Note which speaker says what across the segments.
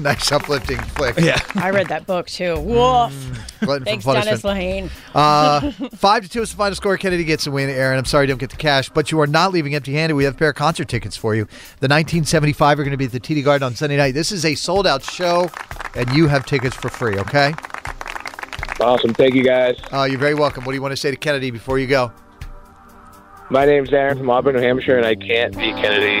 Speaker 1: nice uplifting flick.
Speaker 2: Yeah.
Speaker 3: I read that book too. Woof.
Speaker 1: Glutton for
Speaker 3: Thanks,
Speaker 1: Mm.
Speaker 3: Dennis
Speaker 1: punishment.
Speaker 3: Lehane.
Speaker 1: Uh, five to two is the final score. Kennedy gets the win. Aaron, I'm sorry you don't get the cash, but you are not leaving empty-handed. We have a pair of concert tickets for you. The 1975 are going to be at the TD Garden on Sunday night. This is a sold-out show, and you have tickets for free. Okay.
Speaker 4: Awesome. Thank you, guys.
Speaker 1: Uh, you're very welcome. What do you want to say to Kennedy before you go?
Speaker 4: My name's Aaron from Auburn, New Hampshire, and I can't beat Kennedy.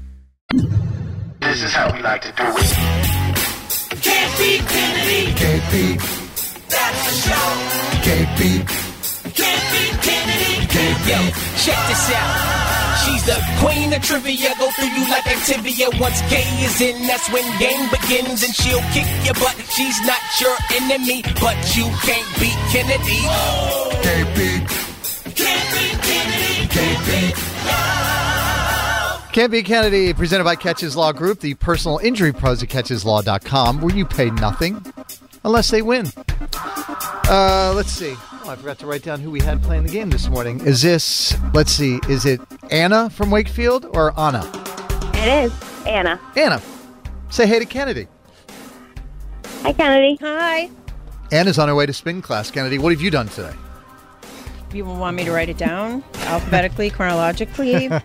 Speaker 5: This is how we like to do it. Can't beat Kennedy. Can't beat. That's for sure. Can't beat. Can't beat Kennedy. Can't beat.
Speaker 6: Check this out. She's the queen of trivia. Go through you like activia. Once gay is in, that's when game begins. And she'll kick your butt. She's not your enemy, but you can't beat Kennedy.
Speaker 5: Can't beat. Can't beat Kennedy. Can't beat.
Speaker 1: Can't be Kennedy, presented by Catches Law Group, the personal injury pros at catcheslaw.com, where you pay nothing unless they win. Uh, let's see. Oh, I forgot to write down who we had playing the game this morning. Is this, let's see, is it Anna from Wakefield or Anna?
Speaker 7: It is Anna.
Speaker 1: Anna, say hey to Kennedy.
Speaker 7: Hi, Kennedy.
Speaker 3: Hi.
Speaker 1: Anna's on her way to spin class. Kennedy, what have you done today?
Speaker 3: You want me to write it down alphabetically, chronologically?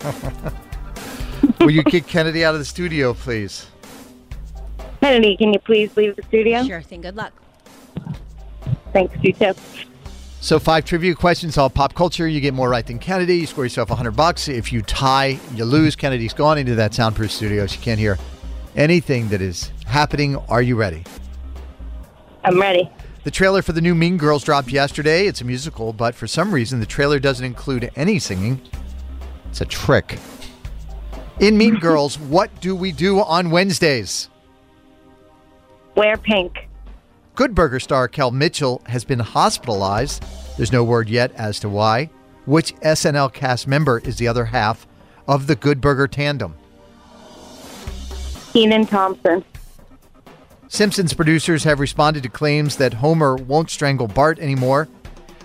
Speaker 1: Will you kick Kennedy out of the studio, please?
Speaker 7: Kennedy, can you please leave the studio?
Speaker 3: Sure thing. Good luck.
Speaker 7: Thanks, you too.
Speaker 1: So five trivia questions, all pop culture. You get more right than Kennedy. You score yourself 100 bucks. If you tie, you lose. Kennedy's gone into that soundproof studio. She can't hear anything that is happening. Are you ready?
Speaker 7: I'm ready.
Speaker 1: The trailer for the new Mean Girls dropped yesterday. It's a musical, but for some reason, the trailer doesn't include any singing. It's a trick. In Mean Girls, what do we do on Wednesdays?
Speaker 7: Wear pink.
Speaker 1: Good Burger star Kel Mitchell has been hospitalized. There's no word yet as to why. Which SNL cast member is the other half of the Good Burger tandem?
Speaker 7: Keenan Thompson.
Speaker 1: Simpsons producers have responded to claims that Homer won't strangle Bart anymore.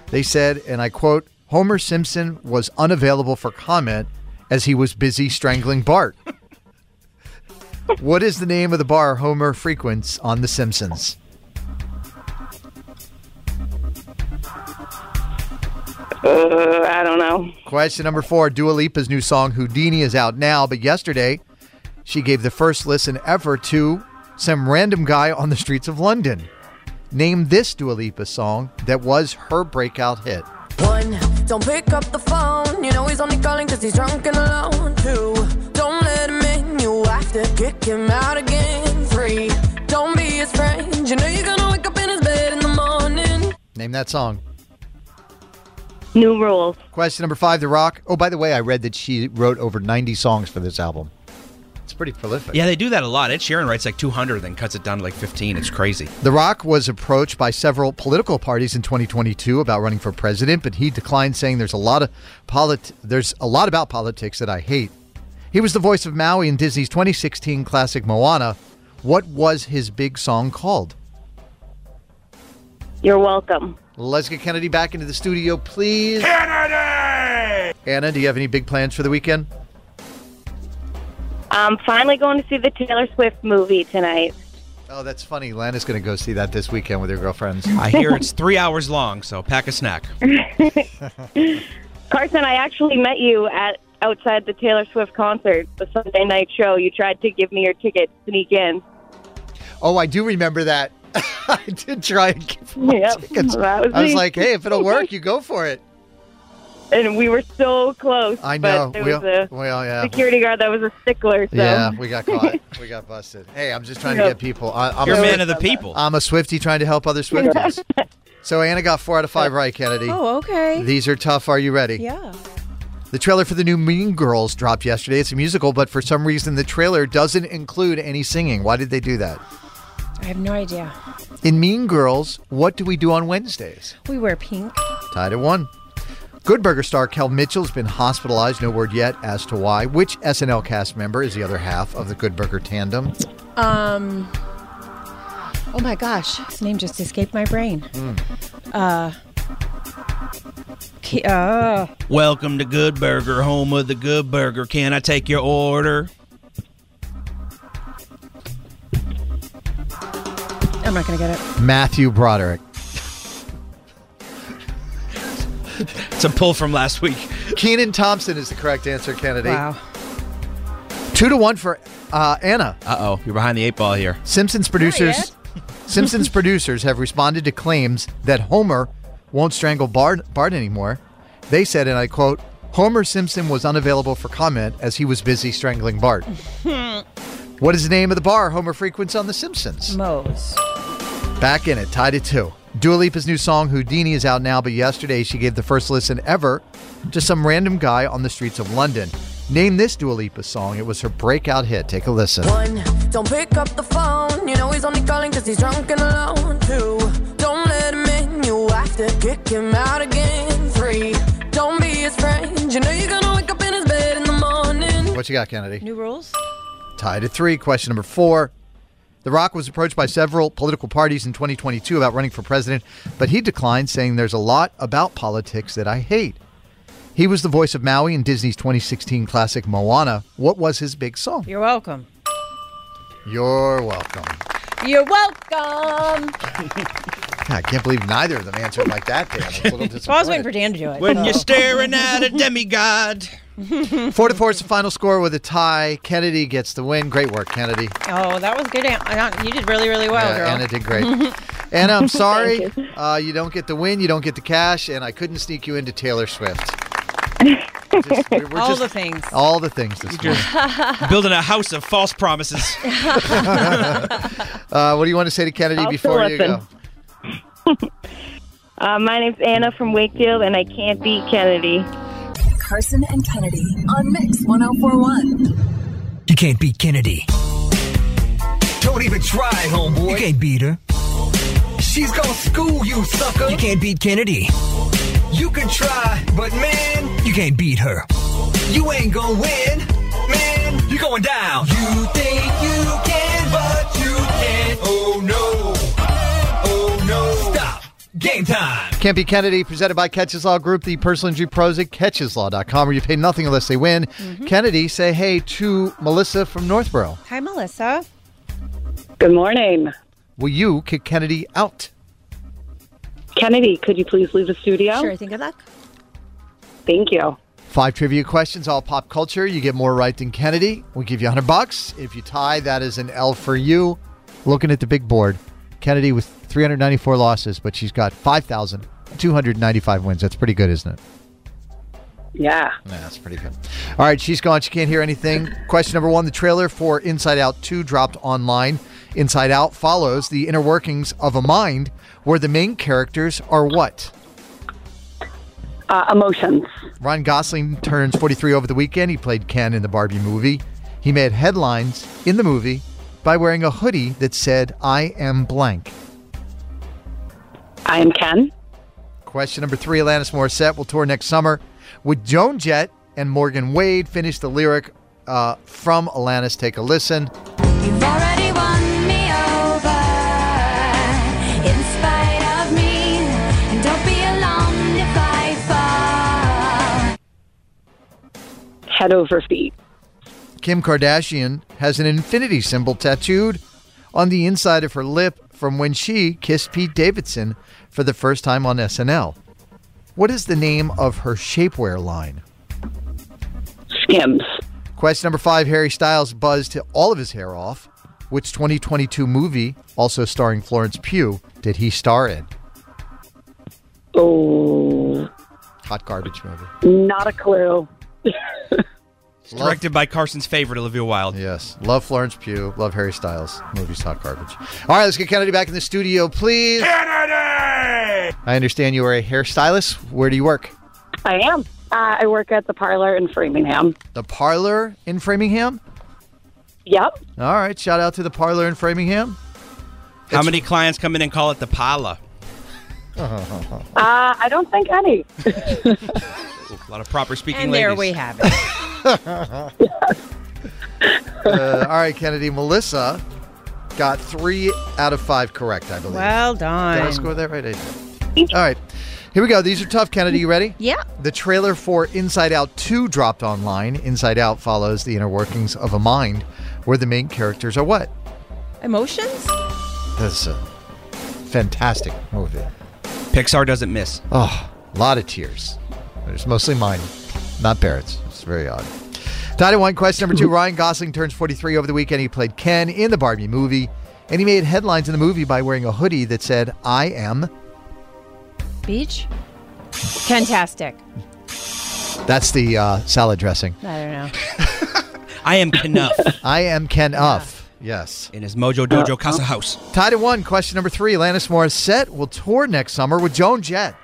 Speaker 1: They said, and I quote, Homer Simpson was unavailable for comment as he was busy strangling Bart. what is the name of the bar Homer frequents on The Simpsons?
Speaker 7: Uh, I don't know.
Speaker 1: Question number four Dua Lipa's new song Houdini is out now, but yesterday she gave the first listen ever to some random guy on the streets of London. Name this Dua Lipa song that was her breakout hit.
Speaker 8: One, don't pick up the phone. You know he's only calling because he's drunk and alone. Two, don't let him in. You have to kick him out again. Three, don't be his friend. You know you're going to wake up in his bed in the morning.
Speaker 1: Name that song.
Speaker 7: New rules.
Speaker 1: Question number five The Rock. Oh, by the way, I read that she wrote over 90 songs for this album. It's pretty prolific.
Speaker 2: Yeah, they do that a lot. Ed Sheeran writes like 200, then cuts it down to like 15. It's crazy.
Speaker 1: The Rock was approached by several political parties in 2022 about running for president, but he declined, saying there's a lot of polit- there's a lot about politics that I hate. He was the voice of Maui in Disney's 2016 classic Moana. What was his big song called?
Speaker 7: You're welcome.
Speaker 1: Let's get Kennedy back into the studio, please. Kennedy! Anna, do you have any big plans for the weekend?
Speaker 7: I'm finally going to see the Taylor Swift movie tonight.
Speaker 1: Oh, that's funny. Lana's going to go see that this weekend with her girlfriends.
Speaker 2: I hear it's three hours long, so pack a snack.
Speaker 7: Carson, I actually met you at outside the Taylor Swift concert, the Sunday night show. You tried to give me your ticket to sneak in.
Speaker 1: Oh, I do remember that. I did try and give my
Speaker 7: Yep,
Speaker 1: Oh, tickets.
Speaker 7: that was
Speaker 1: I was
Speaker 7: me.
Speaker 1: like, hey, if it'll work, you go for it.
Speaker 7: And we were so close.
Speaker 1: I know.
Speaker 7: But there
Speaker 1: We
Speaker 7: was
Speaker 1: all-
Speaker 7: a
Speaker 1: we all- yeah.
Speaker 7: security guard that was a stickler. So.
Speaker 1: Yeah, we got caught. we got busted. Hey, I'm just trying to
Speaker 7: Yep.
Speaker 1: get people. I, I'm
Speaker 2: You're
Speaker 1: a
Speaker 2: a man
Speaker 1: Swif-
Speaker 2: of the people.
Speaker 1: I'm a Swifty trying to help other Swifties. so Anna got four out of five right, Kennedy.
Speaker 3: Oh, okay.
Speaker 1: These are tough. Are you ready?
Speaker 3: yeah.
Speaker 1: The trailer for the new Mean Girls dropped yesterday. It's a musical, but for some reason the trailer doesn't include any singing. Why did they do that?
Speaker 3: I have no idea.
Speaker 1: In Mean Girls, what do we do on Wednesdays?
Speaker 3: We wear pink.
Speaker 1: Tied at one. Good Burger star Kel Mitchell has been hospitalized. No word yet as to why. Which SNL cast member is the other half of the Good Burger tandem?
Speaker 3: Um. Oh my gosh, his name just escaped my brain. Uh. Ki- uh
Speaker 2: Welcome to Good Burger, home of the Good Burger. Can I take your order?
Speaker 3: I'm not gonna get it.
Speaker 1: Matthew Broderick.
Speaker 2: It's a pull from last week.
Speaker 1: Keenan Thompson is the correct answer, Kennedy.
Speaker 2: Wow.
Speaker 1: Two to one for uh, Anna.
Speaker 2: Uh oh, you're behind the eight ball here.
Speaker 1: Simpsons producers. Simpsons producers have responded to claims that Homer won't strangle Bart, Bart anymore. They said, and I quote, Homer Simpson was unavailable for comment as he was busy strangling Bart. What is the name of the bar Homer frequents on The Simpsons?
Speaker 3: Moe's.
Speaker 1: Back in it, tied at two. Dua Lipa's new song Houdini is out now, but yesterday she gave the first listen ever to some random guy on the streets of London. Name this Dua Lipa song. It was her breakout hit. Take a listen.
Speaker 8: One, don't pick up the phone. You know he's only calling because he's drunk and alone. Two, don't let him in. You have to kick him out again. Three, don't be his friend. You know you're going to wake up in his bed in the morning.
Speaker 1: What you got, Kennedy?
Speaker 3: New rules.
Speaker 1: Tied at three. Question number four. The Rock was approached by several political parties in 2022 about running for president, but he declined, saying there's a lot about politics that I hate. He was the voice of Maui in Disney's 2016 classic Moana. What was his big song?
Speaker 3: You're welcome.
Speaker 1: You're welcome.
Speaker 3: You're welcome.
Speaker 1: I can't believe neither of them answered like that. Dan. It's a little
Speaker 3: Well, I was waiting for Dan to do it.
Speaker 2: When you're
Speaker 3: so.
Speaker 2: staring at a demigod.
Speaker 1: Four to four is the final score with a tie. Kennedy gets the win. Great work, Kennedy.
Speaker 3: Oh, that was good. An- uh, You did really, really well,
Speaker 1: Yeah,
Speaker 3: girl.
Speaker 1: Anna did great. Anna, I'm
Speaker 9: Thank
Speaker 1: sorry.
Speaker 9: you.
Speaker 1: Uh, you don't get the win, you don't get the cash, and I couldn't sneak you into Taylor Swift. we're
Speaker 9: All
Speaker 1: just-
Speaker 9: the things.
Speaker 1: All the things this morning.
Speaker 2: Building a house of false promises.
Speaker 1: Uh, what do you want to say to Kennedy
Speaker 7: I'll
Speaker 1: before
Speaker 7: still
Speaker 1: you go?
Speaker 7: listen. Uh, my name's Anna from Wakefield, and I can't beat Kennedy.
Speaker 10: Carson and Kennedy on Mix 1041.
Speaker 11: You can't beat Kennedy. Don't even try, homeboy. You can't beat her. She's gonna school you, sucker. You can't beat Kennedy. You can try, but man, you can't beat her. You ain't gonna win, man. You're going down. You think you can, but you can't. Oh no. Oh no. Stop. Game time.
Speaker 1: Can't be Kennedy, presented by Catches Law Group, the personal injury pros at catcheslaw.com, where you pay nothing unless they win. Kennedy, say hey to Melissa from Northborough.
Speaker 3: Mm-hmm. Hi, Melissa.
Speaker 12: Good morning.
Speaker 1: Will you kick Kennedy out?
Speaker 12: Kennedy, could you please leave the studio?
Speaker 3: Sure thing. Good luck.
Speaker 12: Thank you.
Speaker 1: Five trivia questions, all pop culture. You get more right than Kennedy. We'll give you 100 bucks. If you tie, that is an L for you. Looking at the big board, Kennedy with 394 losses, but she's got 5,295 wins. That's pretty good, isn't it?
Speaker 12: Yeah.
Speaker 1: that's pretty good. All right, she's gone. She can't hear anything. Question number one The trailer for Inside Out 2 dropped online. Inside Out follows the inner workings of a mind where the main characters are what?
Speaker 12: Uh, emotions.
Speaker 1: Ron Gosling turns 43 over the weekend. He played Ken in the Barbie movie. He made headlines in the movie by wearing a hoodie that said, I am blank.
Speaker 12: I am Ken.
Speaker 1: Question number three Alanis Morissette will tour next summer. Would Joan Jett and Morgan Wade finish the lyric uh, from Alanis? Take a listen.
Speaker 5: You've already won me over in spite of me. And don't be alarmed if I fall.
Speaker 12: Head over feet.
Speaker 1: Kim Kardashian has an infinity symbol tattooed on the inside of her lip from when she kissed Pete Davidson for the first time on SNL. What is the name of her shapewear line?
Speaker 12: Skims.
Speaker 1: Question number five Harry Styles buzzed all of his hair off. Which 2022 movie, also starring Florence Pugh, did he star in?
Speaker 12: Oh.
Speaker 1: Hot garbage movie.
Speaker 12: Not a clue.
Speaker 2: It's Directed by Carson's favorite, Olivia Wilde.
Speaker 1: Yes. Love Florence Pugh. Love Harry Styles. Movies hot garbage. All right, let's get Kennedy back in the studio, please. Kennedy! I understand you are a hairstylist. Where do you work?
Speaker 12: I am. Uh, I work at the parlor in Framingham.
Speaker 1: The parlor in Framingham?
Speaker 12: Yep.
Speaker 1: All right. Shout out to the parlor in Framingham.
Speaker 2: How many clients come in and call it the Pala?
Speaker 1: Uh,
Speaker 12: Uh, I don't think any.
Speaker 2: A lot of proper speaking
Speaker 9: And there we
Speaker 2: ladies.
Speaker 9: have it.
Speaker 1: Uh, all right, Kennedy. Melissa got three out of five correct, I believe.
Speaker 9: Well done.
Speaker 1: Did I score that right? I did. All right. Here we go. These are tough, Kennedy. You ready?
Speaker 9: Yeah.
Speaker 1: The trailer for Inside Out 2 dropped online. Inside Out follows the inner workings of a mind where the main characters are what?
Speaker 9: Emotions?
Speaker 1: That's a fantastic movie.
Speaker 2: Pixar doesn't miss.
Speaker 1: Oh, a lot of tears. It's mostly mine, not Barrett's. It's very odd. Title one, question number two. Ryan Gosling turns 43 over the weekend. He played Ken in the Barbie movie, and he made headlines in the movie by wearing a hoodie that said, I am.
Speaker 3: Beach? Fantastic.
Speaker 1: That's the uh, salad dressing.
Speaker 3: I don't know.
Speaker 2: I am Knuff.
Speaker 1: I am Ken Uff. Yes.
Speaker 2: In his Mojo Dojo Casa House.
Speaker 1: Tied at one. Question number three. Alanis Morissette will tour next summer with Joan Jett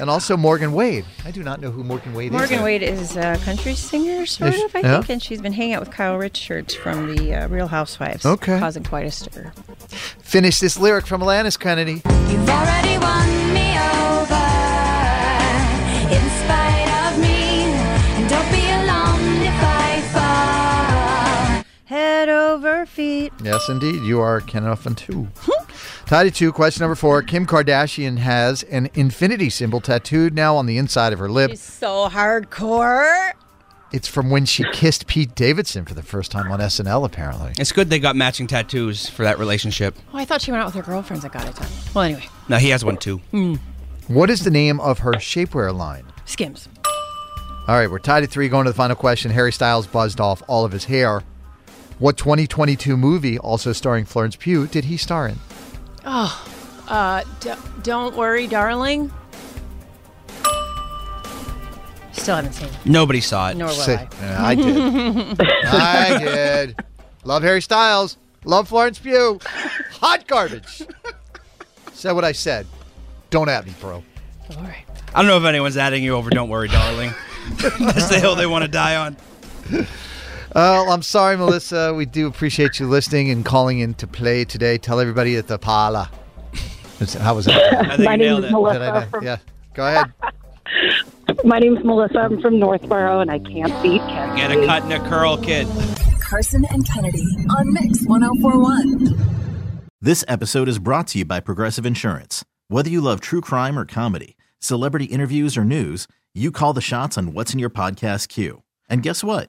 Speaker 1: and also Morgan Wade. I do not know who Morgan Wade is.
Speaker 3: Morgan Wade is a country singer, sort
Speaker 1: Is-
Speaker 3: of, I
Speaker 1: yeah?
Speaker 3: think, and she's been hanging out with Kyle Richards from the uh, Real Housewives,
Speaker 1: Okay.
Speaker 3: causing quite a stir.
Speaker 1: Finish this lyric from Alanis Kennedy.
Speaker 5: You've already won me over in spite of me. And don't be alarmed if I fall.
Speaker 3: Head over feet.
Speaker 1: Yes, indeed. You are Ken Uff and two.
Speaker 3: Hmm.
Speaker 1: Tied at two. Question number four. Kim Kardashian has an infinity symbol tattooed now on the inside of her lip.
Speaker 9: She's so hardcore.
Speaker 1: It's from when she kissed Pete Davidson for the first time on SNL, apparently.
Speaker 2: It's good they got matching tattoos for that relationship.
Speaker 3: Oh, I thought she went out with her girlfriends at God I Time. Well, anyway,
Speaker 2: No, he has one too.
Speaker 1: What is the name of her shapewear line?
Speaker 3: Skims.
Speaker 1: All right, we're tied at three. Going to the final question. Harry Styles buzzed off all of his hair. What 2022 movie, also starring Florence Pugh, did he star in?
Speaker 3: Oh, Uh, d- don't worry, darling. Still haven't seen it.
Speaker 2: Nobody saw it.
Speaker 3: Nor will I.
Speaker 1: Yeah, I did. I did. Love Harry Styles. Love Florence Pugh. Hot garbage. Said what I said. Don't at me, bro.
Speaker 2: I don't know if anyone's adding you over. Don't worry, darling. That's the hill they want to die on.
Speaker 1: Uh, well, I'm sorry, Melissa. We do appreciate you listening and calling in to play today. Tell everybody at the Pala. That's- How was that?
Speaker 2: I think
Speaker 12: My
Speaker 2: you
Speaker 12: name
Speaker 2: nailed
Speaker 12: is
Speaker 2: it.
Speaker 12: Melissa
Speaker 1: Did I do-
Speaker 12: from-
Speaker 1: yeah. Go ahead.
Speaker 12: My name's Melissa. I'm from Northborough, and I can't beat Ken.
Speaker 2: Get a cut and a curl, kid.
Speaker 10: Carson and Kennedy on Mix 1041.
Speaker 13: This episode is brought to you by Progressive Insurance. Whether you love true crime or comedy, celebrity interviews or news, you call the shots on what's in your podcast queue. And guess what?